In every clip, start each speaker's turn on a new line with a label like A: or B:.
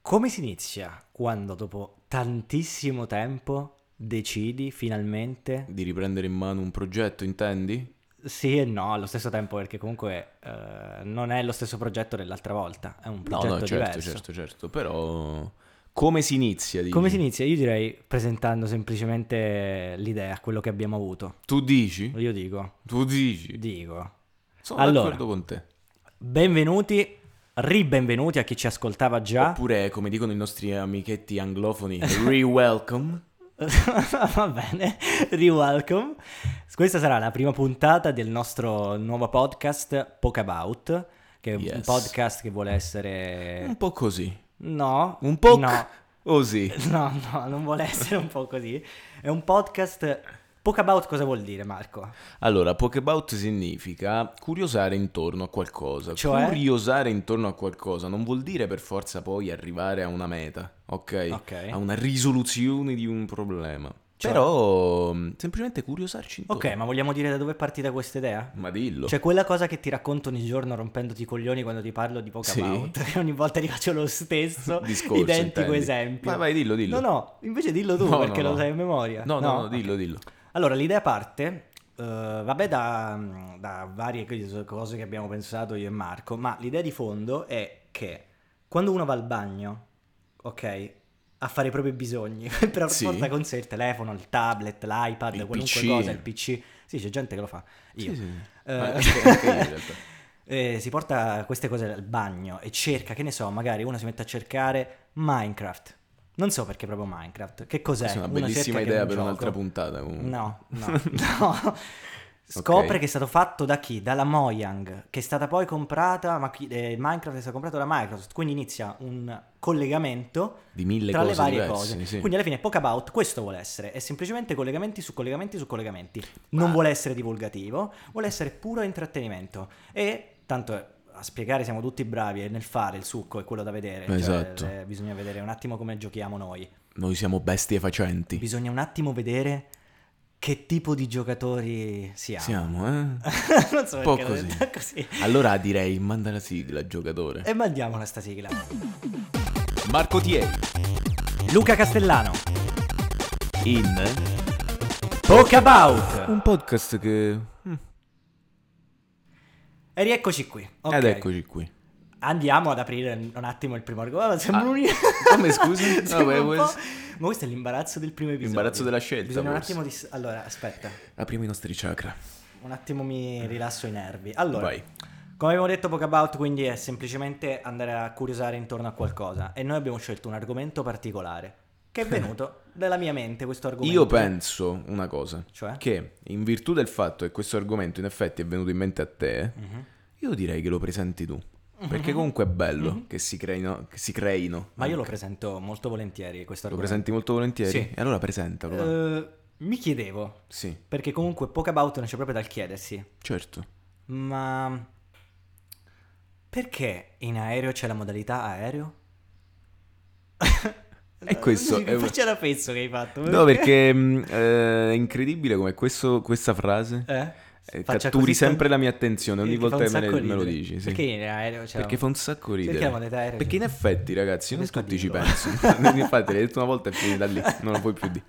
A: Come si inizia quando dopo tantissimo tempo decidi finalmente
B: Di riprendere in mano un progetto, intendi?
A: sì e no allo stesso tempo perché comunque eh, non è lo stesso progetto dell'altra volta, è un progetto
B: no, no, certo,
A: diverso.
B: certo, certo. Però come si inizia? dici?
A: Come si inizia? Io direi presentando semplicemente l'idea, quello che abbiamo avuto.
B: Tu dici?
A: Io dico,
B: Tu dici?
A: dico,
B: Sono
A: Allora.
B: d'accordo con te.
A: benvenuti, ribenvenuti a chi ci ascoltava già.
B: Oppure, come dicono i nostri amichetti anglofoni, re-welcome.
A: Va bene, re-welcome. Questa sarà la prima puntata del nostro nuovo podcast Poke About, che è un
B: Yes.
A: podcast che vuole essere
B: Un po' così.
A: no,
B: Un po'
A: Eh. no,
B: così.
A: no, no, non vuole essere un po' così. È un podcast Poke About cosa vuol dire, Marco?
B: Allora, pokeabout significa curiosare intorno a qualcosa.
A: Cioè?
B: Curiosare intorno a qualcosa non vuol dire per forza poi arrivare a una meta, ok?
A: Ok.
B: A una risoluzione di un problema.
A: Cioè?
B: Però mh, semplicemente curiosarci intorno.
A: Ok, ma vogliamo dire da dove è partita questa idea?
B: Ma dillo.
A: Cioè quella cosa che ti racconto ogni giorno rompendoti i coglioni quando ti parlo di Poke
B: Sì.
A: About, e ogni volta ti faccio lo stesso
B: Discorso,
A: identico
B: intendi.
A: esempio.
B: Vai, vai, dillo, dillo.
A: No, no, invece dillo tu
B: No, no,
A: perché
B: no.
A: lo sai a memoria.
B: No, no, no, dillo,
A: Ok.
B: dillo.
A: Allora, l'idea parte, eh, vabbè, da, da varie cose- cose che abbiamo pensato io e Marco, ma l'idea di fondo è che quando uno va al bagno, ok, a fare i propri bisogni, però
B: Sì.
A: porta con sé il telefono, il tablet, l'iPad,
B: Il
A: qualunque
B: PC.
A: cosa, il PC. Sì, c'è gente che lo fa. Io.
B: Sì, sì, sì.
A: Eh,
B: Ma anche- anche io, Ah, in realtà.
A: eh, si porta queste cose al bagno e cerca, che ne so, magari uno si mette a cercare Minecraft. Non so perché proprio Minecraft. Che cos'è?
B: Questa è una
A: Uno
B: bellissima
A: cerca che è
B: idea
A: un
B: per
A: gioco.
B: un'altra puntata. comunque.
A: No, no, no. Scopre
B: Ok.
A: che è stato fatto da chi? Dalla Mojang, che è stata poi comprata, ma chi- eh, Minecraft è stato comprato da Microsoft, quindi inizia un collegamento
B: Di mille
A: tra
B: cose
A: le varie
B: diverse,
A: cose.
B: sì.
A: Quindi alla fine poke about questo vuole essere, è semplicemente collegamenti su collegamenti su collegamenti. Non vuole essere divulgativo, vuole essere puro intrattenimento e tanto eh, a spiegare siamo tutti bravi e nel fare il succo è quello da vedere, cioè,
B: Esatto.
A: eh, bisogna vedere un attimo come giochiamo noi.
B: Noi siamo bestie facenti.
A: Bisogna un attimo vedere che tipo di giocatori siamo.
B: Siamo, eh?
A: non so
B: Un po'
A: perché l'ho
B: così.
A: detta così.
B: Allora direi manda la sigla, giocatore.
A: E mandiamola sta sigla.
B: Marco Thierry
A: Luca Castellano,
B: in
A: Talk About.
B: un podcast che mm,
A: E rieccoci qui. Ok.
B: ed eccoci qui.
A: Andiamo ad aprire un attimo il primo argomento. Sembra
B: Ah,
A: un...
B: come, scusi? No,
A: Sembra
B: beh,
A: un po'-
B: questo-
A: Ma questo è l'imbarazzo del primo episodio.
B: L'imbarazzo della scelta,
A: Bisogna un
B: forse.
A: attimo dis- Allora, aspetta.
B: Apriamo i nostri chakra.
A: Un attimo mi rilasso i nervi. Allora,
B: Vai.
A: Come abbiamo detto poco about, quindi è semplicemente andare a curiosare intorno a qualcosa e noi abbiamo scelto un argomento particolare che è venuto dalla mia mente questo argomento.
B: Io penso una cosa,
A: Cioè?
B: che in virtù del fatto che questo argomento in effetti è venuto in mente a te,
A: Mhm.
B: io direi che lo presenti tu. Perché comunque è bello che si creino. Che si creino
A: Mhm. Ma io lo
B: anche.
A: presento molto volentieri questo
B: Lo
A: argomento.
B: presenti molto volentieri?
A: Sì.
B: E allora presentalo. va.
A: Eh, mi chiedevo,
B: Sì,
A: perché comunque poco about non c'è proprio dal chiedersi,
B: certo.
A: ma perché in aereo c'è la modalità aereo?
B: E questo è
A: Che
B: un-
A: faccia da pezzo che hai fatto?
B: No, perché mh, eh, è incredibile come questo- questa frase
A: Eh?
B: eh,
A: Faccia
B: catturi
A: così, fa-
B: sempre la mia attenzione ogni
A: Perché fa
B: volta
A: un
B: che me,
A: sacco
B: ne- me lo
A: ridere.
B: dici. sì.
A: Perché in aereo c'è
B: Perché
A: un-
B: fa un sacco ridere.
A: Perché la moneta aerea?
B: Perché in effetti, ragazzi, non
A: Riesco a
B: tutti ci
A: dirlo.
B: pensano. Infatti, l'hai detto una volta e è finita lì, non lo puoi più dire.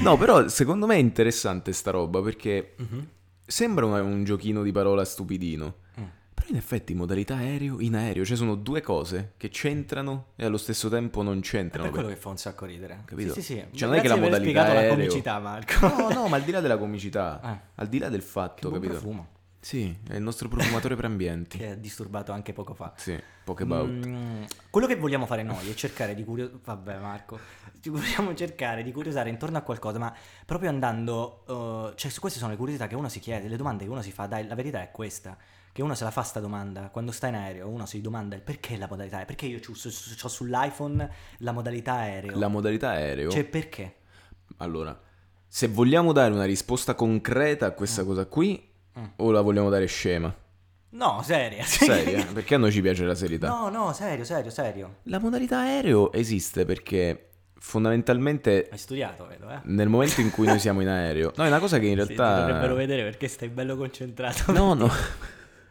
B: No, però secondo me è interessante sta roba perché
A: Mhm.
B: sembra un, un giochino di parola stupidino.
A: Mm.
B: Però in effetti modalità aereo, in aereo, cioè sono due cose che c'entrano e allo stesso tempo non
A: Per
B: c'entrano.
A: quello che fa un sacco ridere.
B: Capito?
A: Sì, sì, sì.
B: Cioè, non è
A: Grazie
B: che la
A: di aver
B: modalità
A: spiegato la
B: aereo-
A: comicità, Marco.
B: No, no, ma al di là della comicità,
A: Ah.
B: al di là del
A: Che
B: fatto,
A: buon
B: capito?
A: profumo
B: Sì, è il nostro profumatore per ambienti.
A: che ha disturbato anche poco fa.
B: Sì, Pokebaut.
A: Mm, quello che vogliamo fare noi è cercare di curiosare. Vabbè, Marco. Ci vogliamo cercare di curiosare intorno a qualcosa, ma proprio andando. eh, cioè, su- queste sono le curiosità che uno si chiede, le domande che uno si fa. Dai, la verità è questa. Che uno se la fa sta domanda quando sta in aereo, uno si domanda il perché la modalità aerea, perché io ho sull'iPhone la modalità aereo.
B: La modalità aereo.
A: Cioè, perché?
B: Allora, se vogliamo dare una risposta concreta a questa cosa qui,
A: Mm.
B: o la vogliamo dare scema?
A: No, seria.
B: Seria, perché a noi ci piace la serietà.
A: No, no, serio, serio, serio.
B: La modalità aereo esiste perché fondamentalmente
A: Hai studiato, vedo, eh.
B: nel momento in cui noi siamo in aereo, no, è una cosa che in
A: Sì, ti dovrebbero
B: realtà...
A: vedere perché stai bello concentrato.
B: no, no.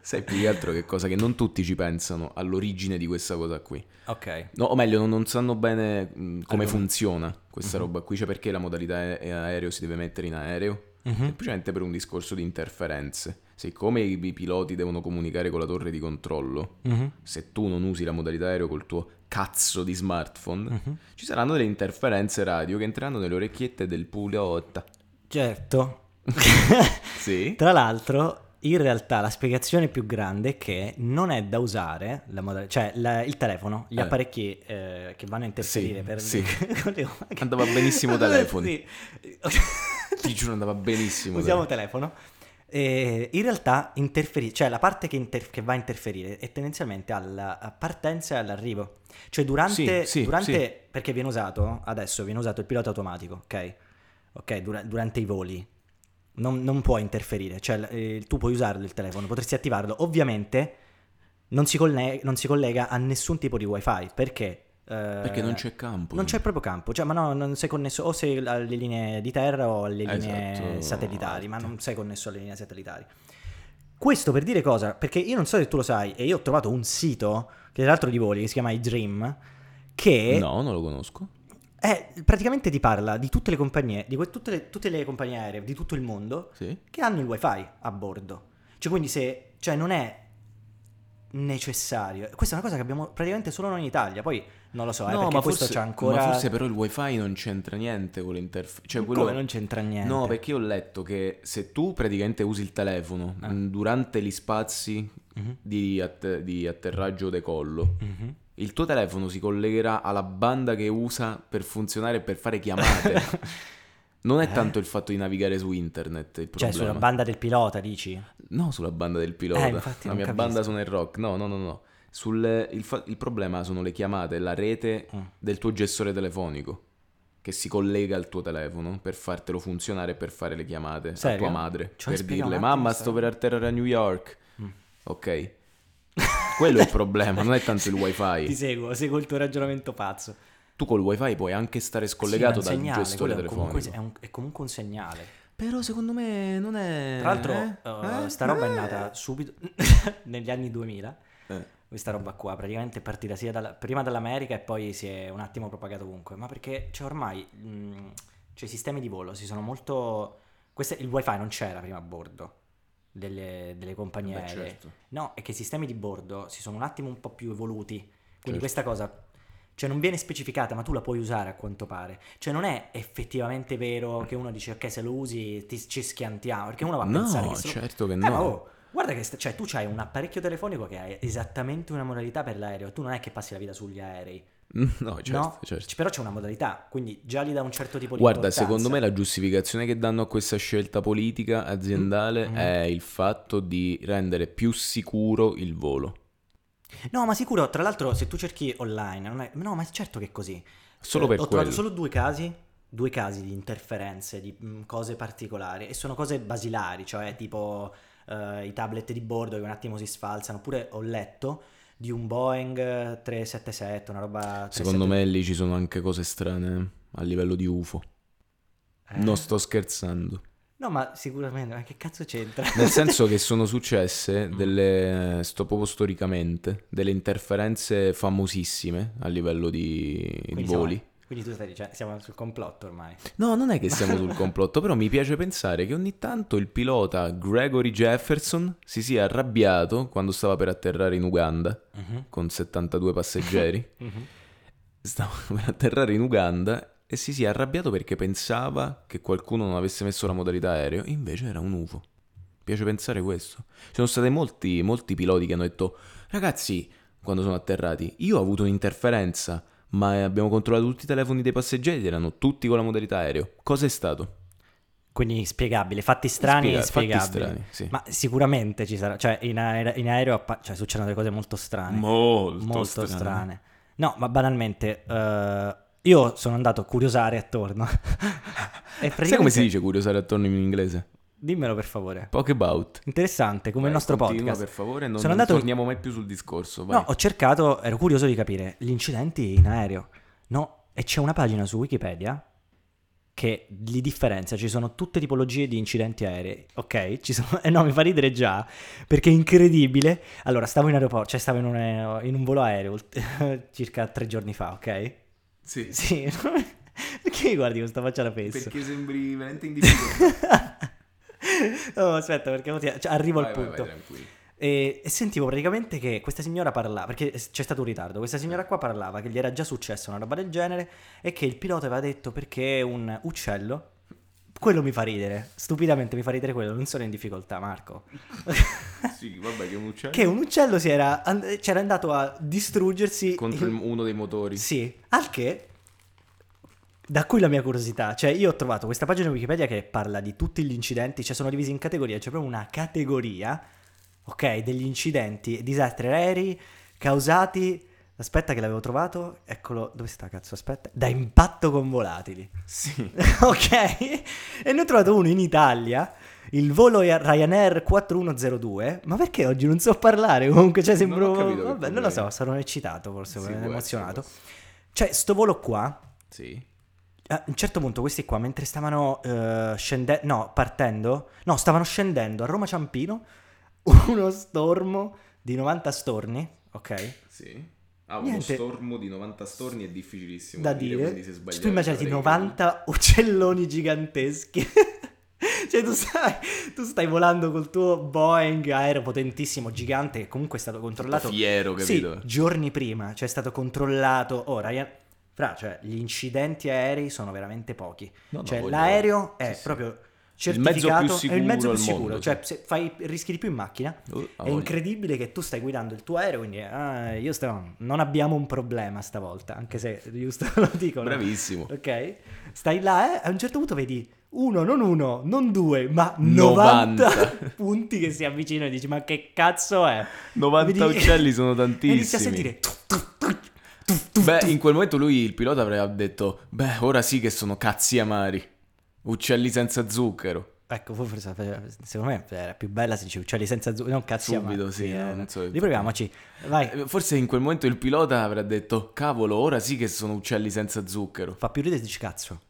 B: Sai più che altro che cosa? Che non tutti ci pensano all'origine di questa cosa qui.
A: Ok.
B: No, o meglio, non, non sanno bene mh, come
A: Allora.
B: funziona questa
A: Mhm.
B: roba qui, cioè perché la modalità ae- aereo si deve mettere in aereo?
A: Mhm.
B: Semplicemente per un discorso di interferenze. Siccome i i piloti devono comunicare con la torre di controllo,
A: Mhm.
B: se tu non usi la modalità aereo col tuo cazzo di smartphone,
A: Mhm.
B: ci saranno delle interferenze radio che entreranno nelle orecchiette del pilota.
A: Certo.
B: Sì?
A: Tra l'altro, in realtà la spiegazione più grande è che non è da usare la moda- cioè la- il telefono, gli
B: Eh.
A: apparecchi eh, che vanno a interferire
B: Sì,
A: per
B: sì.
A: con le uova che-
B: Andava benissimo
A: Sì.
B: telefoni. Ti giuro andava benissimo.
A: Usiamo
B: dai.
A: telefono. E in realtà interferi- cioè la parte che, inter- che va a interferire è tendenzialmente alla partenza e all'arrivo. Cioè durante,
B: Sì, sì,
A: durante-
B: sì.
A: perché viene usato adesso, viene usato il pilota automatico, ok? Ok, dura- durante i voli. Non, non può interferire, cioè l- eh, tu puoi usarlo il telefono, potresti attivarlo. Ovviamente non si, conne- non si collega a nessun tipo di wifi perché... eh,
B: Perché non c'è campo.
A: Non c'è proprio campo, cioè, ma no, non sei connesso o sei alle linee di terra o alle linee
B: Esatto.
A: satellitari, ma non sei connesso alle linee satellitari. Questo per dire cosa? Perché io non so se tu lo sai, e io ho trovato un sito, che tra l'altro di voli, che si chiama iDream, che
B: No, non lo conosco.
A: è- praticamente ti parla di tutte le compagnie, di que- tutte le- tutte le compagnie aeree di tutto il mondo,
B: Sì?
A: che hanno il wifi a bordo. Cioè, quindi se cioè non è necessario. Questa è una cosa che abbiamo praticamente solo noi in Italia. Poi non lo so, eh, perché questo c'è ancora.
B: ma forse però il wifi non c'entra niente con l'interfaccia. Cioè, quello...
A: Come non c'entra niente.
B: No, perché io ho letto che se tu praticamente usi il telefono
A: Ah.
B: mh, durante gli spazi
A: Mhm,
B: di, at- di atterraggio o decollo,
A: mhm.
B: il tuo telefono si collegherà alla banda che usa per funzionare e per fare chiamate. non è
A: Eh?
B: tanto il fatto di navigare su internet il
A: Cioè,
B: problema.
A: sulla banda del pilota, dici?
B: No, sulla banda del pilota.
A: Eh, infatti
B: la
A: non
B: mia
A: capisco.
B: banda sono il rock. No, no, no, no. Sul- il, fa- il problema sono le chiamate, la rete
A: Mm.
B: del tuo gestore telefonico che si collega al tuo telefono per fartelo funzionare e per fare le chiamate a
A: Serio?
B: tua madre.
A: Cioè,
B: per
A: spiega un
B: dirle,
A: attimo
B: mamma,
A: sta
B: sto per atterrare a New York.
A: Mm.
B: Ok. Quello è il problema, non è tanto il wifi.
A: Ti seguo, seguo il tuo ragionamento pazzo.
B: Tu col wifi puoi anche stare scollegato
A: Sì,
B: dal
A: è un segnale, quello
B: gestore
A: è un-
B: telefonico.
A: comunque- è, un, è comunque un segnale.
B: Però secondo me non è...
A: Tra l'altro,
B: eh,
A: eh,
B: eh,
A: sta roba
B: eh.
A: è nata subito negli anni 2000.
B: Eh.
A: Questa roba qua praticamente è partita sia dalla- prima dall'America e poi si è un attimo propagata ovunque. Ma perché cioè, ormai mh, cioè, i sistemi di volo si sono molto. queste- il wifi non c'era prima a bordo delle, delle compagnie
B: Beh,
A: aeree.
B: certo.
A: No, è che i sistemi di bordo si sono un attimo un po' più evoluti. Quindi
B: Certo.
A: questa cosa. Cioè non viene specificata, ma tu la puoi usare a quanto pare. Cioè non è effettivamente vero che uno dice ok se lo usi ti- ci schiantiamo, perché uno va a pensare
B: No,
A: che se lo-
B: certo che
A: eh,
B: no.
A: ma oh, guarda che sta- cioè, tu hai un apparecchio telefonico che ha esattamente una modalità per l'aereo. Tu non è che passi la vita sugli aerei,
B: No, certo,
A: no?
B: certo.
A: C- Però c'è una modalità, quindi già gli dà un certo tipo di
B: Guarda,
A: importanza.
B: secondo me la giustificazione che danno a questa scelta politica aziendale
A: Mm.
B: è il fatto di rendere più sicuro il volo.
A: No, ma sicuro, tra l'altro, se tu cerchi online, non è- no, ma certo che è così.
B: Solo
A: Eh,
B: per
A: Ho
B: quello.
A: trovato solo due casi, due casi di interferenze, di mm, cose particolari, e sono cose basilari, cioè tipo eh, i tablet di bordo che un attimo si sfalzano, oppure ho letto di un Boeing 377, una roba...
B: Secondo
A: esatto.
B: me lì ci sono anche cose strane eh, a livello di UFO.
A: 377.
B: Non
A: Eh.
B: sto scherzando.
A: No, ma sicuramente, ma che cazzo c'entra?
B: Nel senso che sono successe
A: Mm.
B: delle, eh, sto proprio storicamente, delle interferenze famosissime a livello di, di
A: Quindi siamo-
B: voli.
A: quindi tu stai dicendo, siamo sul complotto ormai.
B: No, non è che siamo sul complotto, però mi piace pensare che ogni tanto il pilota Gregory Jefferson si sia arrabbiato quando stava per atterrare in Uganda con 72 passeggeri.
A: Mhm.
B: Stava per atterrare in Uganda e si sia arrabbiato perché pensava che qualcuno non avesse messo la modalità aereo, invece era un UFO. Piace pensare questo. Ci sono stati molti, molti piloti che hanno detto: Ragazzi, quando sono atterrati, io ho avuto un'interferenza, ma abbiamo controllato tutti i telefoni dei passeggeri ed erano tutti con la modalità aereo. Cosa è stato?
A: Quindi spiegabile, fatti strani
B: Spiega-
A: e spiegabili.
B: Fatti strani, sì.
A: Ma sicuramente ci sarà, cioè in, aere- in aereo appa- cioè, succedono delle cose molto strane.
B: molto,
A: molto strane. No, ma banalmente, eh, io sono andato a curiosare attorno. E
B: Sai come si
A: praticamente-
B: dice curiosare attorno in inglese?
A: Dimmelo per favore.
B: Pokebaut.
A: Interessante, come
B: Vai,
A: il nostro
B: continua,
A: podcast.
B: per favore, non,
A: Sono
B: non
A: andato-
B: torniamo mai più sul discorso. Vai.
A: No, ho cercato, ero curioso di capire gli incidenti in aereo. No, e c'è una pagina su Wikipedia che li differenzia, ci sono tutte tipologie di incidenti aerei, ok? Ci sono... Eh no, mi fa ridere già, perché è incredibile. Allora, stavo in aeroporto, cioè stavo in un, aereo- in un volo aereo circa tre giorni fa, ok?
B: Sì.
A: Sì, perché mi guardi questa faccia da pezzo?
B: Perché sembri veramente in difficoltà.
A: No, aspetta, perché mo ti- cioè, arrivo al
B: Vai, vai,
A: punto.
B: vai, tranquillo.
A: E, e sentivo praticamente che questa signora parlava, perché c'è stato un ritardo, questa
B: Eh.
A: signora qua parlava che gli era già successa una roba del genere e che il pilota aveva detto perché un uccello, quello mi fa ridere, stupidamente mi fa ridere quello, non sono in difficoltà Marco,
B: Eh. Sì, vabbè, che un uccello.
A: che un uccello si era, and- c'era andato a distruggersi
B: Contro il- uno dei motori.
A: Sì, al che da qui la mia curiosità, cioè io ho trovato questa pagina Wikipedia che parla di tutti gli incidenti, cioè sono divisi in categorie, c'è proprio una categoria, ok, degli incidenti, disastri aerei causati, aspetta che l'avevo trovato, eccolo, dove sta cazzo, aspetta, da impatto con volatili,
B: Sì.
A: ok? E ne ho trovato uno in Italia, il volo Ryanair 4102, ma perché oggi non so parlare comunque, cioè
B: Non ho
A: sembro,
B: capito che
A: vabbè, non lo so,
B: problemi.
A: sarò eccitato forse,
B: Sì, può essere,
A: emozionato.
B: può essere.
A: Cioè, sto volo qua,
B: Sì.
A: a un certo punto questi qua, mentre stavano scendendo, no, partendo, no, stavano scendendo a Roma Ciampino, uno stormo di 90 storni, ok?
B: Sì. Ah, uno
A: Niente.
B: stormo di 90 storni è difficilissimo
A: Da
B: da dire, quindi se
A: dire, Cioè,
B: sbagliate
A: tu immaginati
B: avrei-
A: 90 uccelloni giganteschi. Cioè, tu stai, tu stai volando col tuo Boeing aereo potentissimo, gigante, che comunque è stato controllato
B: Fiero, capito?
A: Sì, giorni prima, cioè è stato controllato. Oh, Ryan, fra, cioè, gli incidenti aerei sono veramente pochi.
B: No, no,
A: cioè,
B: voglio-
A: l'aereo è
B: sì, sì.
A: proprio
B: Il mezzo più
A: certificato, è il mezzo
B: sicuro
A: più
B: al
A: sicuro.
B: mondo,
A: cioè, se fai, rischi di più in macchina.
B: Oh, ha
A: è
B: voglia.
A: incredibile che tu stai guidando il tuo aereo, quindi ah, io sto, non abbiamo un problema stavolta, anche se giusto lo dicono.
B: Bravissimo.
A: Ok? Stai là e a un certo punto vedi uno, non uno, non due, ma 90,
B: 90.
A: punti che si avvicinano e dici ma che cazzo è?
B: 90
A: Vedi-
B: uccelli sono
A: E Inizi a
B: tantissimi.
A: sentire tu, tu, tu,
B: Beh, in quel momento lui, il pilota, avrebbe detto: Beh, ora sì che sono cazzi amari. Uccelli senza zucchero.
A: Ecco, forse secondo me era più bella se dicevi uccelli senza zucchero, non cazzo
B: Subito,
A: amati,
B: sì,
A: eh.
B: no, non so.
A: Riproviamoci, vai,
B: Eh, Forse in quel momento il pilota avrà detto: Cavolo, ora sì che sono uccelli senza zucchero.
A: fa più ridere e dici cazzo.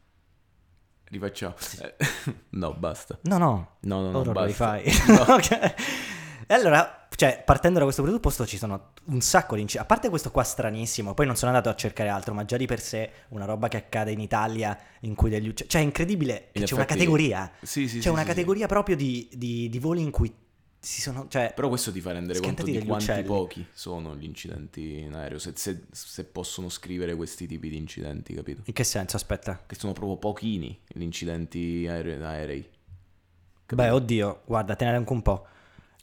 B: Rifacciamo. Eh, no, basta.
A: No, no,
B: No, no, no.
A: ora lo
B: basta.
A: rifai. Ok. E allora, cioè, partendo da questo presupposto ci sono un sacco di incidenti, a parte questo qua stranissimo, poi non sono andato a cercare altro, ma già di per sé una roba che accade in Italia in cui degli uccelli... Cioè è incredibile che
B: In
A: c'è una
B: effetti-
A: categoria,
B: Sì, sì,
A: c'è
B: sì,
A: una
B: sì, sì.
A: categoria proprio di, di- di voli in cui si sono... Cioè,
B: Però questo ti fa rendere conto
A: Schiantati
B: di
A: degli
B: quanti
A: uccelli.
B: pochi sono gli incidenti in aereo. Se, se- se possono scrivere questi tipi di incidenti, capito?
A: in che senso, aspetta?
B: Che sono proprio pochini gli incidenti aere- aerei.
A: Beh, oddio, guarda, tenere anche un po'.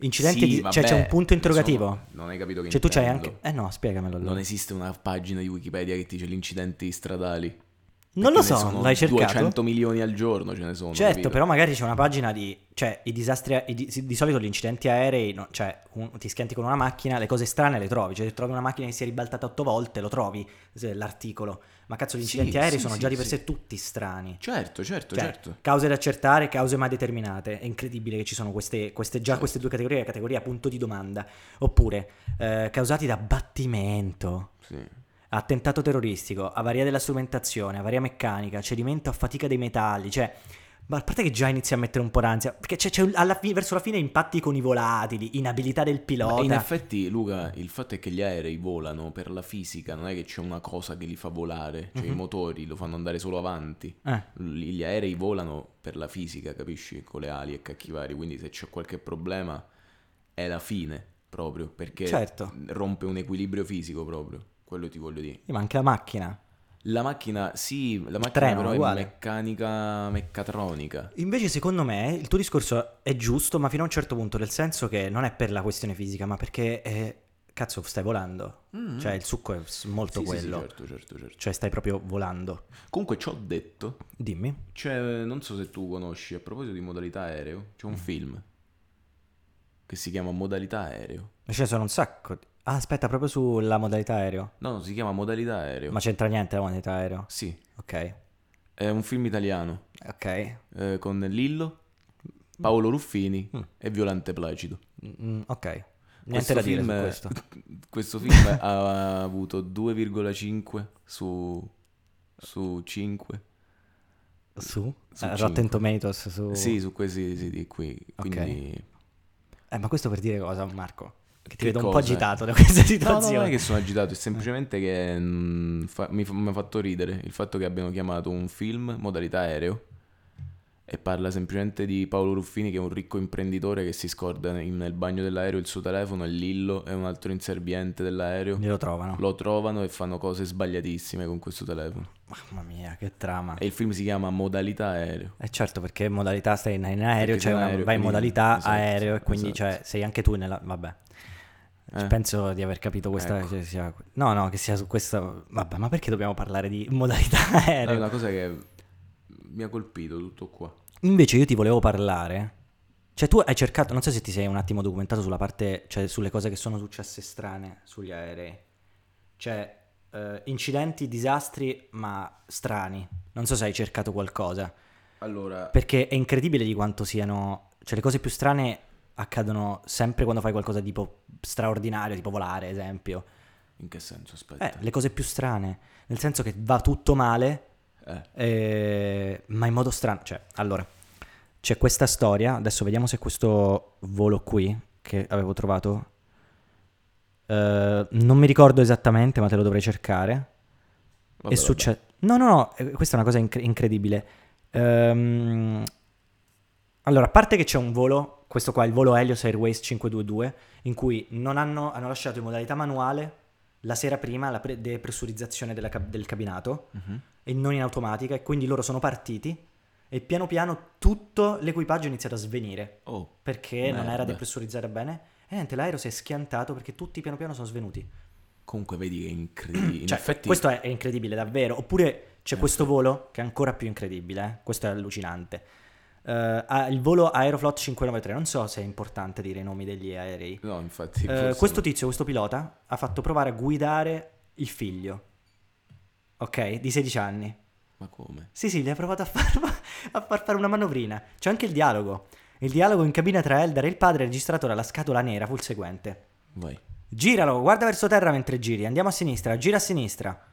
A: Incidenti
B: Sì,
A: di...
B: vabbè,
A: cioè c'è un punto
B: ne sono-
A: interrogativo.
B: non hai capito che
A: Cioè tu c'hai
B: intendo.
A: anche... Eh no, spiegamelo allora.
B: Non
A: Non,
B: esiste una pagina di Wikipedia che ti dice gli incidenti stradali.
A: lo
B: Perché ne
A: so,
B: sono
A: l'hai cercato?
B: 200 milioni al giorno ce ne sono.
A: certo,
B: capito?
A: però magari c'è una pagina di... Cioè, i disastri... a- i di, di solito gli incidenti aerei, no, cioè, un- ti schianti con una macchina, le cose strane le trovi. Cioè, se trovi una macchina che si è ribaltata otto volte, lo trovi, se- l'articolo. Ma cazzo, gli
B: Sì,
A: incidenti aerei
B: sì,
A: sono
B: sì,
A: già di per
B: sì.
A: sé tutti strani.
B: Certo, certo,
A: Cioè,
B: certo.
A: Cause da accertare, cause mai determinate. È incredibile che ci sono queste, queste- già
B: Certo.
A: queste due categorie, la categoria punto di domanda. Oppure eh, causati da battimento,
B: Sì.
A: attentato terroristico, avaria della strumentazione, avaria meccanica, cedimento a fatica dei metalli. Cioè, ma a parte che già inizia a mettere un po' d'ansia, perché c'è, c'è un- alla fi- verso la fine impatti con i volatili, inabilità del
B: Ma
A: pilota.
B: in effetti, Luca, il fatto è che gli aerei volano per la fisica, non è che c'è una cosa che li fa volare, cioè
A: Mhm.
B: i motori lo fanno andare solo avanti.
A: Eh.
B: L- Gli aerei volano per la fisica, capisci? Con le ali e cacchi vari, quindi se c'è qualche problema è la fine proprio, perché
A: Certo.
B: rompe un equilibrio fisico proprio, quello ti voglio dire.
A: Sì, Ma anche la macchina.
B: La macchina, sì, la macchina
A: treno,
B: però
A: uguale.
B: è meccanica, meccatronica.
A: Invece, secondo me, il tuo discorso è giusto, ma fino a un certo punto, nel senso che non è per la questione fisica, ma perché eh, cazzo, stai volando.
B: Mm.
A: Cioè, il succo è s- molto
B: Sì, sì, sì,
A: quello.
B: certo, certo, certo.
A: Cioè, stai proprio volando.
B: Comunque ciò detto,
A: Dimmi.
B: C'è, non so se tu conosci, a proposito di modalità aereo,
A: Mm.
B: c'è un film che si chiama Modalità aereo.
A: Ma Ce ne sono un sacco. di- Ah, aspetta, proprio sulla modalità aereo.
B: No, no, si chiama Modalità aereo.
A: Ma c'entra niente la modalità aereo.
B: Sì,
A: Ok.
B: è un film italiano
A: Ok.
B: eh, con Lillo, Paolo Ruffini
A: Mm.
B: e Violante Placido.
A: Mm, ok. Niente
B: Questo
A: da dire su
B: film-
A: questo.
B: Questo film ha avuto 2,5 su, su 5
A: Su?
B: Su
A: Eh, Rotten
B: cinque.
A: Tomatoes su...
B: Sì, su questi siti qui. Quindi...
A: Eh, ma questo per dire cosa, Marco? Che ti
B: Che
A: vedo un po'
B: cosa, eh?
A: agitato da questa
B: No, no, non
A: situazione.
B: è che sono agitato, è semplicemente che mm, fa- mi fa- mi ha fatto ridere il fatto che abbiano chiamato un film modalità aereo e parla semplicemente di Paolo Ruffini che è un ricco imprenditore che si scorda in- nel bagno dell'aereo il suo telefono e Lillo è un altro inserviente dell'aereo,
A: Glielo trovano.
B: lo trovano e fanno cose sbagliatissime con questo telefono.
A: Mamma mia, che trama.
B: E il film si chiama Modalità aereo.
A: Eh certo, perché in modalità stai in in aereo,
B: Perché sei
A: cioè
B: in
A: vai
B: aereo,
A: in
B: quindi-
A: modalità
B: esatto,
A: aereo e quindi
B: esatto.
A: cioè, sei anche tu nella... Vabbè,
B: Eh.
A: penso di aver capito questa...
B: Ecco.
A: cioè, sia- No, no, che sia su questa... Vabbè, ma perché dobbiamo parlare di modalità
B: È
A: aereo?
B: una cosa che mi ha colpito tutto qua.
A: Invece io ti volevo parlare... Cioè tu hai cercato, non so se ti sei un attimo documentato sulla parte, cioè sulle cose che sono successe strane sugli aerei. Cioè, eh, incidenti, disastri, ma strani. Non so se hai cercato qualcosa.
B: Allora,
A: Perché è incredibile di quanto siano. Cioè, le cose più strane accadono sempre quando fai qualcosa di tipo straordinario, tipo volare, esempio.
B: in che senso? Aspetta.
A: Eh, le cose più strane. Nel senso che va tutto male,
B: Eh.
A: eh, ma in modo strano. Cioè, allora, c'è questa storia. Adesso vediamo se questo volo qui che avevo trovato. eh, non mi ricordo esattamente, ma te lo dovrei cercare.
B: Vabbè,
A: e succede. No, no, no, eh, questa è una cosa incre- incredibile. Ehm, allora, a parte che c'è un volo, questo qua, il volo Helios Airways 522, in cui non hanno, hanno lasciato in modalità manuale la sera prima la pre- depressurizzazione della cab- del cabinato
B: vabbè. Mhm.
A: e non in automatica, e quindi loro sono partiti e piano piano tutto l'equipaggio è iniziato a svenire
B: Oh,
A: perché non era
B: Merda.
A: depressurizzata bene e niente, l'aereo si è schiantato perché tutti piano piano sono svenuti.
B: Comunque vedi che è incredibile. In
A: Cioè,
B: effetti, Eh.
A: questo è, è incredibile, davvero. Oppure c'è questo volo che è ancora più incredibile, eh. questo è allucinante. Eh, ah, il volo Aeroflot 593, non so se è importante dire i nomi degli aerei.
B: no, infatti,
A: Eh,
B: forse
A: questo
B: no.
A: tizio, questo pilota, ha fatto provare a guidare il figlio, ok, di 16 anni.
B: ma come?
A: Sì, sì, gli ha provato a far, a far fare una manovrina. C'è anche il dialogo. Il dialogo in cabina tra Eldar e il padre, registrato dalla scatola nera, fu il seguente.
B: Vai.
A: Giralo, guarda verso terra mentre giri. Andiamo a sinistra, gira a sinistra.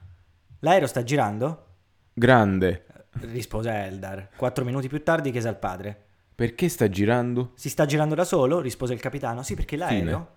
A: L'aereo sta girando?
B: Grande.
A: Rispose Eldar. Quattro minuti più tardi chiese al padre.
B: Perché sta girando?
A: Si sta girando da solo? rispose il capitano. Sì, perché l'aereo.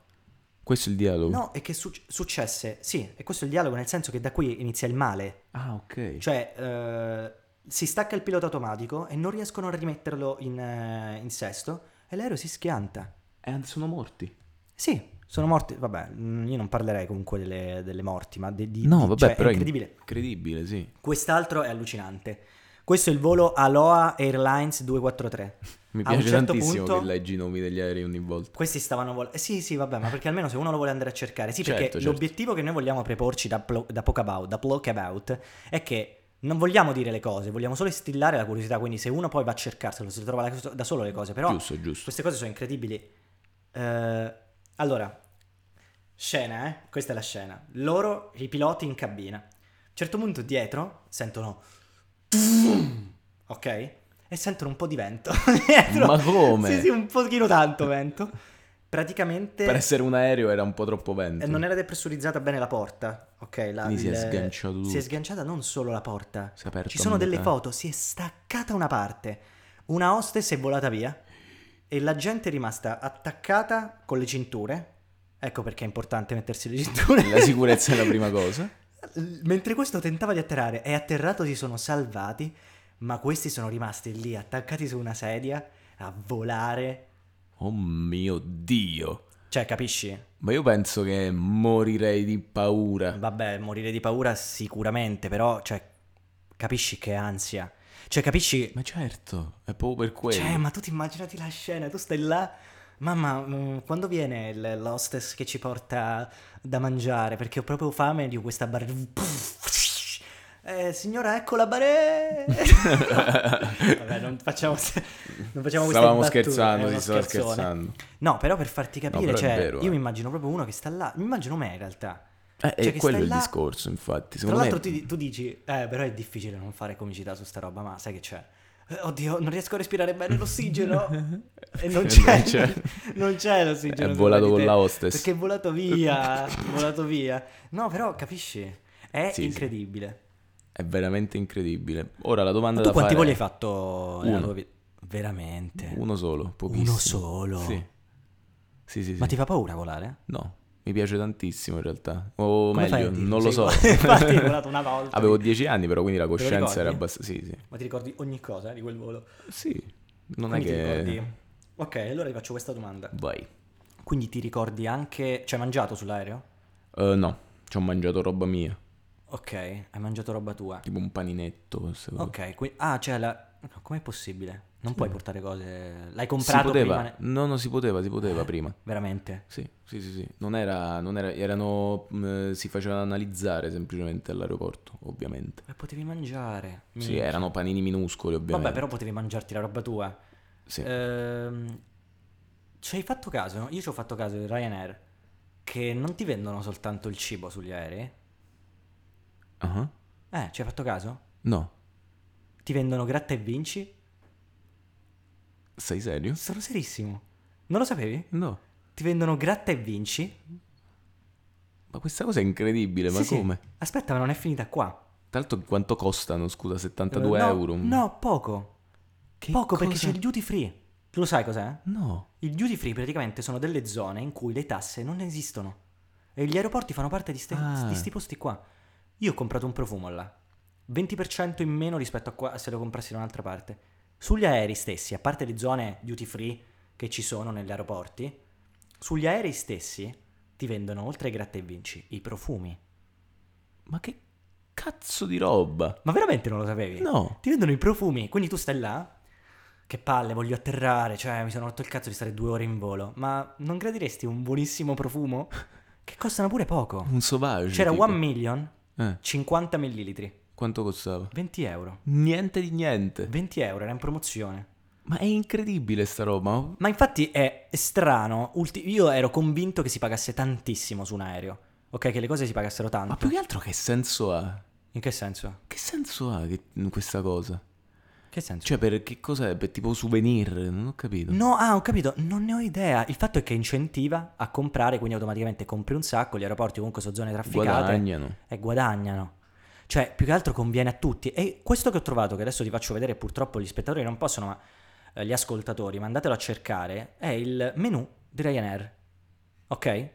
B: Questo è il dialogo.
A: No, e che suc- successe? Sì, e questo è il dialogo, nel senso che da qui inizia il male.
B: Ah, ok.
A: Cioè, eh, si stacca il pilota automatico e non riescono a rimetterlo in, eh, in sesto e l'aereo si schianta.
B: Eh, sono morti.
A: Sì, sono morti. Vabbè, mm, io non parlerei comunque delle, delle morti, ma di. di-
B: No,
A: di-
B: vabbè,
A: cioè,
B: però
A: è
B: è
A: incredibile.
B: Incredibile, sì.
A: Quest'altro è allucinante. Questo è il volo Aloha Airlines 243.
B: Mi
A: A un
B: piace
A: certo
B: tantissimo
A: punto-
B: che leggi i nomi degli aerei ogni volta.
A: Questi stavano volando. sì, sì, vabbè, ma perché almeno se uno lo vuole andare a cercare. Sì,
B: Certo,
A: perché
B: certo.
A: l'obiettivo che noi vogliamo preporci da, plo- da poke about, da Poke About, è che non vogliamo dire le cose, vogliamo solo instillare la curiosità. Quindi se uno poi va a cercarselo, si trova da, da solo le cose. Però
B: Giusto, giusto.
A: queste cose sono incredibili. Eh, allora, scena, eh? Questa è la scena. Loro, i piloti in cabina. A un certo punto dietro sentono... Ok? E sentono un po' di vento dietro.
B: Ma come?
A: Sì, sì, un pochino tanto vento. Praticamente
B: Per essere un aereo era un po' troppo
A: eh,
B: vento.
A: non era depressurizzata bene la porta. Ok, la,
B: Quindi si è
A: il-
B: sganciato
A: Si è
B: tutto.
A: sganciata non solo la porta.
B: Si è aperto
A: Ci
B: a
A: sono delle
B: metà.
A: foto, si è staccata una parte. Una hostess è volata via e la gente è rimasta attaccata con le cinture. Ecco perché è importante mettersi le cinture.
B: La sicurezza è la prima cosa.
A: Mentre questo tentava di atterrare, è atterrato, si sono salvati, ma questi sono rimasti lì attaccati su una sedia a volare.
B: Oh mio Dio.
A: Cioè, capisci?
B: Ma io penso che morirei di paura.
A: Vabbè, morire di paura sicuramente, però, cioè, capisci che ansia. Cioè, capisci?
B: Ma certo, è proprio per quello.
A: Cioè, ma tu ti immaginati la scena, tu stai là. Mamma, mm, quando viene il- l'hostess che ci porta da mangiare? Perché ho proprio fame di questa bar... Eh, signora, ecco la bare... Vabbè, non facciamo, non facciamo queste
B: Stavamo
A: battute,
B: scherzando,
A: è uno
B: si stava
A: scherzone.
B: scherzando.
A: No, però per farti capire,
B: però è
A: cioè,
B: vero,
A: io
B: eh.
A: mi immagino proprio uno che sta là, mi immagino me in realtà.
B: Eh,
A: Cioè,
B: è
A: che
B: quello
A: stai
B: il
A: là-
B: discorso, infatti.
A: Tra
B: Secondo
A: l'altro
B: me
A: ti- tu dici, eh, però è difficile non fare comicità su sta roba, ma sai che c'è? Eh, Oddio, non riesco a respirare bene l'ossigeno. e non c'è, non
B: Non
A: c'è,
B: c'è.
A: l'ossigeno.
B: è
A: su
B: volato
A: di
B: con
A: te,
B: la hostess.
A: Perché è volato via, è volato via. No, però capisci? È
B: Sì, sì.
A: incredibile.
B: È veramente incredibile. Ora la
A: Ma
B: domanda
A: tu
B: da
A: quanti voli
B: fare
A: hai fatto nella
B: Uno.
A: tua vita? Veramente?
B: Uno solo, pochissimo.
A: Uno solo?
B: Sì. Sì, sì, sì.
A: Ma ti fa paura volare?
B: No, mi piace tantissimo in realtà. O
A: Come fai a
B: meglio,
A: dirlo?
B: non lo
A: Sei
B: so.
A: volato- Infatti hai volato una volta.
B: Avevo dieci anni però, quindi la
A: lo
B: coscienza era
A: ricordi?
B: abbastanza... Sì, sì.
A: Ma ti ricordi ogni cosa eh, di quel volo?
B: Sì, non
A: Quindi
B: è
A: ti
B: che...
A: ricordi... Ok, allora ti faccio questa domanda.
B: Vai.
A: Quindi ti ricordi anche... Cioè hai mangiato sull'aereo?
B: Eh, no, ci ho mangiato roba mia,
A: Ok, hai mangiato roba tua.
B: tipo un paninetto. queste cose.
A: Ok, qui... Ah, cioè la... No, com'è possibile? Non puoi portare cose... L'hai
B: Si
A: comprato
B: poteva,
A: prima... ne- Eh.
B: no, no, si poteva, si poteva prima.
A: Veramente?
B: Sì, sì, sì, sì. Non era, non era, erano, mh, si facevano analizzare semplicemente all'aeroporto, ovviamente.
A: Ma potevi mangiare.
B: Sì,
A: minchia.
B: erano panini minuscoli, ovviamente.
A: Vabbè, però potevi mangiarti la roba tua.
B: Sì.
A: Ehm, ci hai fatto caso? no? Io ci ho fatto caso di Ryanair che non ti vendono soltanto il cibo sugli aerei.
B: Ah,
A: Eh, ci hai fatto caso?
B: No,
A: Ti vendono gratta e vinci?
B: sei serio?
A: Sono serissimo. Non lo sapevi?
B: No,
A: Ti vendono gratta e vinci?
B: ma questa cosa è incredibile, ma
A: Sì, sì.
B: come?
A: Aspetta, ma non è finita qua. Eh,
B: Tra l'altro quanto costano, scusa, 72
A: No,
B: euro? Mm.
A: No, poco.
B: Che
A: poco perché
B: cosa?
A: c'è il duty free. Tu lo sai cos'è?
B: No,
A: Il duty free praticamente sono delle zone in cui le tasse non esistono. E gli aeroporti fanno parte di, ste-
B: Ah.
A: di sti posti qua. Io ho comprato un profumo là. 20% in meno rispetto a qua se lo comprassi da un'altra parte. Sugli aerei stessi, a parte le zone duty free che ci sono negli aeroporti, sugli aerei stessi ti vendono, oltre ai gratta e vinci, i profumi.
B: ma che cazzo di roba?
A: Ma veramente non lo sapevi?
B: No,
A: Ti vendono i profumi, quindi tu stai là. Che palle, voglio atterrare, cioè mi sono rotto il cazzo di stare due ore in volo. Ma non gradiresti un buonissimo profumo? Che costano pure poco.
B: un sauvage.
A: C'era
B: tipo.
A: 1 million,
B: Eh,
A: 50 millilitri,
B: quanto costava?
A: 20 euro.
B: Niente di niente.
A: 20 euro, era in promozione.
B: Ma è incredibile sta roba. ma-
A: Ma infatti è strano, ulti- io ero convinto che si pagasse tantissimo su un aereo. Ok, che le cose si pagassero tanto.
B: Ma più che altro che senso ha?
A: In che senso?
B: Che senso ha che- mm, questa cosa?
A: Che senso?
B: Cioè, per che cos'è? Per tipo souvenir? Non ho capito.
A: No, ah, ho capito, non ne ho idea. Il fatto è che incentiva a comprare, quindi automaticamente compri un sacco, gli aeroporti comunque sono zone trafficate
B: Guadagnano.
A: e guadagnano. Cioè, più che altro conviene a tutti. E questo che ho trovato, che adesso ti faccio vedere, purtroppo gli spettatori non possono, ma eh, gli ascoltatori, ma andatelo a cercare, è il menu di Ryanair. Ok?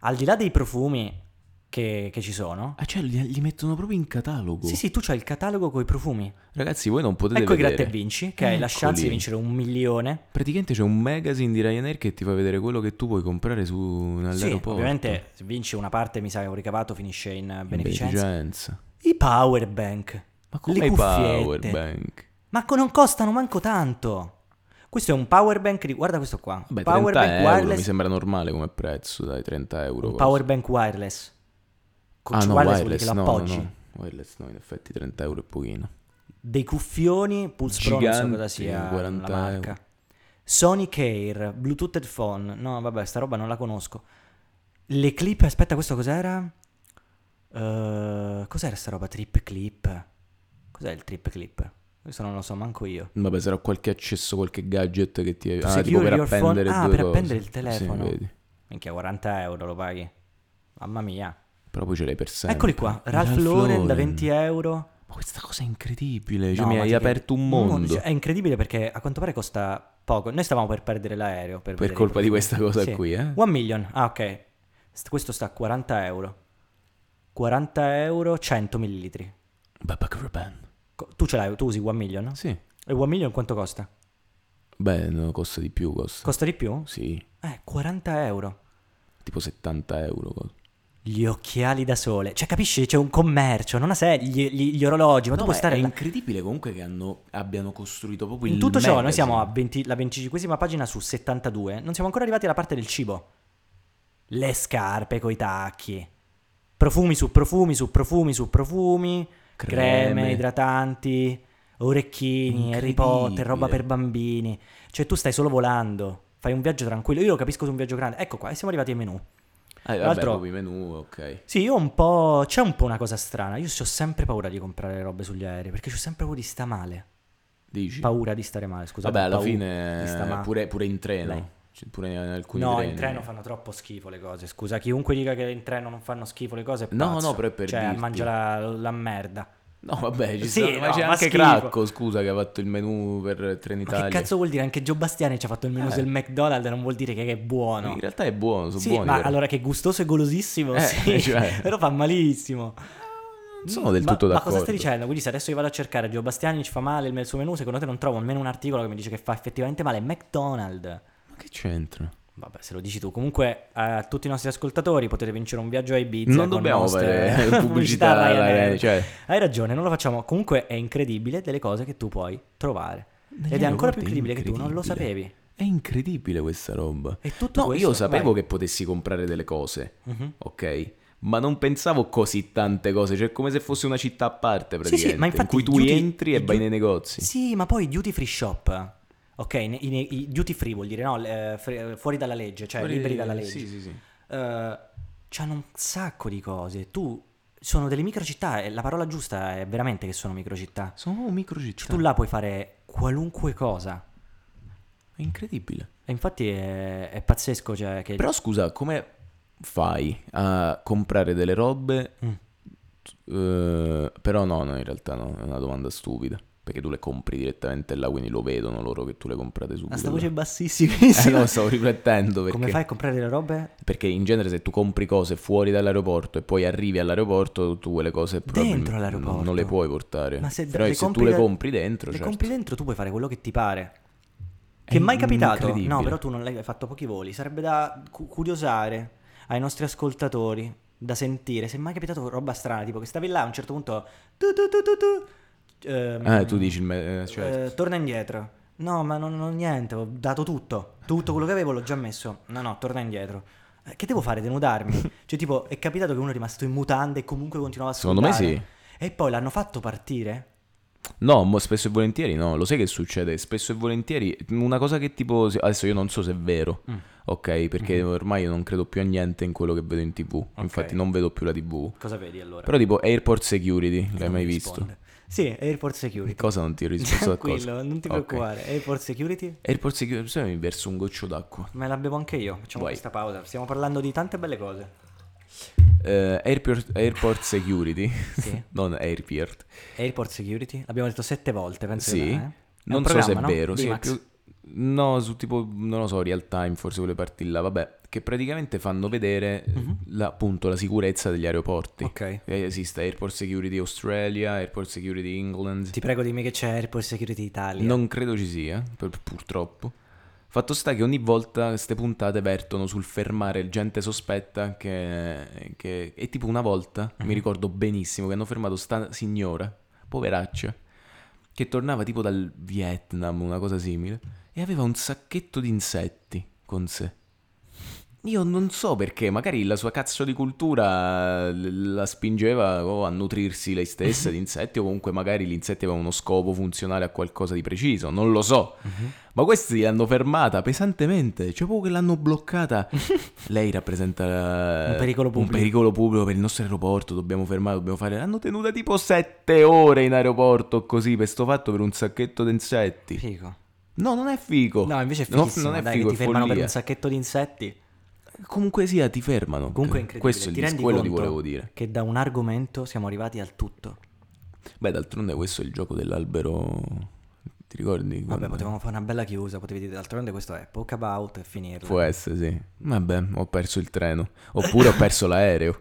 A: Al di là dei profumi che, che ci sono.
B: Ah, cioè, li, li mettono proprio in catalogo.
A: Sì, sì, tu c'hai il catalogo con i profumi.
B: Ragazzi, voi non potete
A: Ecco i gratta
B: vedere.
A: e vinci, che hai la chance di
B: Eccoli.
A: vincere un milione.
B: Praticamente c'è un magazine di Ryanair che ti fa vedere quello che tu puoi comprare su all'aeroporto.
A: Sì, ovviamente se vinci una parte mi sa che ho ricavato finisce in eh, beneficenza.
B: Beneficenza.
A: I power bank.
B: Ma come
A: Le
B: i
A: cuffiette.
B: power bank?
A: Ma co- non costano manco tanto. Questo è un power bank, di- guarda questo qua.
B: Vabbè, 30
A: power bank
B: euro mi
A: wireless.
B: sembra normale come prezzo, dai, 30 euro.
A: Un
B: quasi.
A: power bank wireless. Con
B: ah,
A: cioè,
B: no,
A: wireless
B: wireless,
A: vuol dire che lo
B: no,
A: appoggi.
B: no, no. Wireless no, in effetti 30 euro è pochino.
A: Dei cuffioni, Pulse Pro, non so
B: Giganti,
A: cosa sia
B: 40
A: la marca. Sony Care, Bluetooth headphone. No, vabbè, sta roba non la conosco. Le clip, aspetta, questo cos'era? Eh, cos'era sta roba? Trip clip. Cos'è il trip clip? Questo non lo so manco io.
B: Vabbè, sarà qualche accesso, qualche gadget che ti...
A: To
B: Ah,
A: secure
B: tipo per
A: your phone-
B: appendere
A: ah,
B: due
A: per
B: cose.
A: appendere il
B: Sì,
A: telefono.
B: vedi.
A: Minchia, 40 euro lo paghi. Mamma mia.
B: Però poi ce l'hai per sempre.
A: Eccoli qua, Ralph, Lauren, da 20 euro.
B: Ma questa cosa è incredibile, cioè
A: No,
B: mi
A: ma
B: hai
A: ti
B: aperto un
A: credo.
B: mondo.
A: Cioè, È incredibile perché a quanto pare costa poco. Noi stavamo per perdere l'aereo. Per,
B: Per
A: vedere i
B: colpa
A: profumi.
B: di questa cosa
A: Sì.
B: qui, eh.
A: One million, ah ok. St- questo sta a 40 euro. 40 euro, 100 millilitri.
B: Baba Caravan.
A: Co- tu ce l'hai, tu usi one million? no?
B: Sì.
A: E one million quanto costa?
B: Beh, no, costa di più, costa.
A: Costa di più?
B: Sì,
A: Eh, 40 euro.
B: tipo 70 euro. co-
A: Gli occhiali da sole. Cioè, capisci? C'è un commercio, non ha serio. Gli, gli- gli orologi, ma tu
B: No,
A: puoi
B: ma
A: stare
B: è
A: là.
B: incredibile comunque che hanno- abbiano costruito proprio
A: In
B: il
A: tutto ciò, noi
B: magazine.
A: siamo alla 25esima pagina su 72. Non siamo ancora arrivati alla parte del cibo. Le scarpe coi tacchi. Profumi su profumi su profumi su profumi. Creme,
B: Creme.
A: idratanti, orecchini, Harry Potter,
B: Incredibile.
A: roba per bambini. Cioè, tu stai solo volando. Fai un viaggio tranquillo. Io lo capisco su un viaggio grande. Ecco qua, e siamo arrivati ai menù.
B: Ah, vabbè,
A: l'altro-
B: proprio i menu, ok.
A: Sì, io un po'. C'è un po' una cosa strana. Io ho sempre paura di comprare robe sugli aerei. Perché ho sempre paura di sta male.
B: Dici?
A: Paura di stare male, scusate.
B: Vabbè, alla
A: paura
B: fine
A: di sta male.
B: pure, pure in
A: Dai.
B: treno, Cioè, pure in alcuni
A: No,
B: treni.
A: in treno fanno troppo schifo le cose. Scusa, chiunque dica che in treno non fanno schifo le cose. È
B: No,
A: pazzo.
B: no, però è per
A: Cioè,
B: dirti.
A: mangia la, la merda.
B: No, vabbè, ci
A: Sì,
B: sta- ma
A: no,
B: c'è
A: fa
B: anche
A: schifo.
B: Cracco, scusa, che ha fatto il menù per
A: Ma
B: Trenitalia.
A: che cazzo vuol dire? Anche Gio Bastiani ci ha fatto il menù
B: Eh.
A: del McDonald's, non vuol dire che che è buono.
B: In realtà è buono, sono
A: Sì,
B: buoni.
A: ma
B: però.
A: allora che è gustoso e golosissimo,
B: Eh,
A: sì,
B: cioè.
A: però fa malissimo.
B: Non sono del
A: Ma-
B: tutto
A: ma,
B: d'accordo.
A: cosa stai dicendo? Quindi se adesso io vado a cercare Gio Bastiani ci fa male il suo menù, secondo te non trovo almeno un articolo che mi dice che fa effettivamente male McDonald's?
B: Ma che c'entra?
A: Vabbè, se lo dici tu. Comunque, eh, a tutti i nostri ascoltatori potete vincere un viaggio a Ibiza.
B: non
A: con
B: dobbiamo
A: nostre-
B: fare pubblicità,
A: Ryanair.
B: Ryanair, cioè,
A: Hai ragione, non lo facciamo. Comunque è incredibile delle cose che tu puoi trovare. Ed è
B: Daniele,
A: ancora più
B: guarda, è
A: incredibile, che tu non lo
B: incredibile.
A: sapevi.
B: È incredibile questa roba.
A: E tutto
B: No,
A: questo-
B: io sapevo
A: vai.
B: che potessi comprare delle cose,
A: Mhm.
B: ok? Ma non pensavo così tante cose, cioè è come se fosse una città a
A: Sì,
B: parte praticamente,
A: sì, ma infatti
B: in cui tu
A: duty-
B: entri e
A: i
B: vai
A: du-
B: nei negozi.
A: Sì, ma poi i duty free shop. Ok, ne- i, i duty free vuol dire no, le- eh, fre- fuori dalla legge, cioè
B: Fuori-
A: liberi dalla legge.
B: Sì, sì, sì.
A: Eh, c'hanno un sacco di cose. Tu sono delle microcittà e la parola giusta è veramente che sono microcittà.
B: Sono microcittà.
A: Cioè, tu là puoi fare qualunque cosa.
B: È incredibile.
A: E infatti è, è pazzesco, cioè che
B: Però scusa, come fai a comprare delle robe?
A: Mm.
B: Eh, però no, no, in realtà no, è una domanda stupida. Perché tu le compri direttamente là, quindi lo vedono loro che tu le comprate subito.
A: Ma sta
B: là.
A: voce è
B: Eh
A: bassissima.
B: no, stavo riflettendo perché,
A: Ah, Come fai a comprare le robe?
B: perché in genere se tu compri cose fuori dall'aeroporto e poi arrivi all'aeroporto, tu quelle cose probabilmente
A: Dentro all'aeroporto.
B: non, non le puoi portare.
A: Ma se,
B: Però
A: le
B: se tu
A: compri
B: le
A: da-
B: compri dentro,
A: Le
B: certo.
A: compri dentro, tu puoi fare quello che ti pare.
B: È
A: Che è mai capitato?
B: incredibile.
A: No, però tu non l'hai hai fatto pochi voli. Sarebbe da cu- curiosare ai nostri ascoltatori, da sentire. Se è mai capitato roba strana, tipo che stavi là a un certo punto. Tu, tu, tu, tu, tu, ehm,
B: Ah, tu dici il me- eh, certo.
A: eh, torna indietro. No, ma non, non- niente, ho dato tutto. Tutto quello che avevo l'ho già messo. No, no, torna indietro. Eh, Che devo fare? Denudarmi? cioè, tipo, è capitato che uno è rimasto in mutande e comunque continuava a
B: Secondo me
A: sudare?
B: sì.
A: E poi l'hanno fatto partire?
B: No, mo spesso e volentieri no, lo sai che succede? Spesso e volentieri una cosa che tipo, adesso io non so se è vero,
A: Mm. Mm-hmm.
B: ok? Perché ormai io non credo più a niente in quello che vedo in tv, infatti non vedo più la tv.
A: Cosa vedi allora?
B: Però tipo Airport Security, l'hai
A: Non
B: mai
A: mi
B: visto?
A: risponde. Sì, Airport Security.
B: Che cosa non ti ho risposto a cosa?
A: Tranquillo, non ti
B: Ok.
A: preoccupare. Airport Security?
B: Airport Security, se no mi verso un goccio d'acqua.
A: Me la bevo anche io. Facciamo
B: Vai.
A: questa pausa. Stiamo parlando di tante belle cose.
B: Eh, Airport, Airport Security,
A: Sì.
B: non Airport,
A: Airport Security? L'abbiamo detto sette volte, penso.
B: sì,
A: di no, eh? È un
B: non so se è
A: programma, no?
B: vero, sì, è
A: Dimax.
B: più- no, su tipo, non lo so, real time, forse quelle parti là, vabbè, che praticamente fanno vedere eh, la- appunto la sicurezza degli aeroporti.
A: Mhm. Ok.
B: Eh, Esiste Airport Security Australia, Airport Security England,
A: Ti prego dimmi che c'è Airport Security Italia.
B: non credo ci sia, pur- purtroppo. Fatto sta che ogni volta queste puntate vertono sul fermare gente sospetta che... che- E tipo una volta, mi ricordo benissimo, che hanno fermato sta signora, poveraccia, che tornava tipo dal Vietnam, una cosa simile, e aveva un sacchetto di insetti con sé. Io non so perché, magari la sua cazzo di cultura l- la spingeva o a nutrirsi lei stessa di insetti, o comunque magari gli insetti avevano uno scopo funzionale a qualcosa di preciso, non lo so.
A: Mhm.
B: Ma questi l'hanno fermata pesantemente, cioè proprio che l'hanno bloccata. lei rappresenta eh,
A: Un pericolo pubblico.
B: un pericolo pubblico per il nostro aeroporto, dobbiamo fermare, dobbiamo fare. L'hanno tenuta tipo sette ore in aeroporto così, per sto fatto, per un sacchetto di insetti.
A: Figo.
B: No, non è figo.
A: No, invece è
B: Oh. No,
A: fighissimo.
B: non è
A: dai,
B: figo,
A: che ti
B: è
A: fermano per
B: follia.
A: un sacchetto di insetti.
B: Comunque sia, ti fermano.
A: Comunque è incredibile.
B: Questo è il
A: ti
B: dis-
A: rendi
B: quello
A: conto
B: ti volevo dire.
A: Che da un argomento siamo arrivati al tutto.
B: Beh, d'altronde questo è il gioco dell'albero. Ti ricordi?
A: Vabbè,
B: quando-
A: potevamo fare una bella chiusa, potevi dire d'altronde questo è poke about e finirla.
B: Può essere, sì. Vabbè, ho perso il treno. Oppure ho perso l'aereo.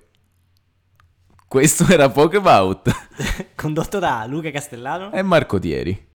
B: Questo era Pokemout
A: Condotto da Luca Castellano.
B: e Marco Tieri.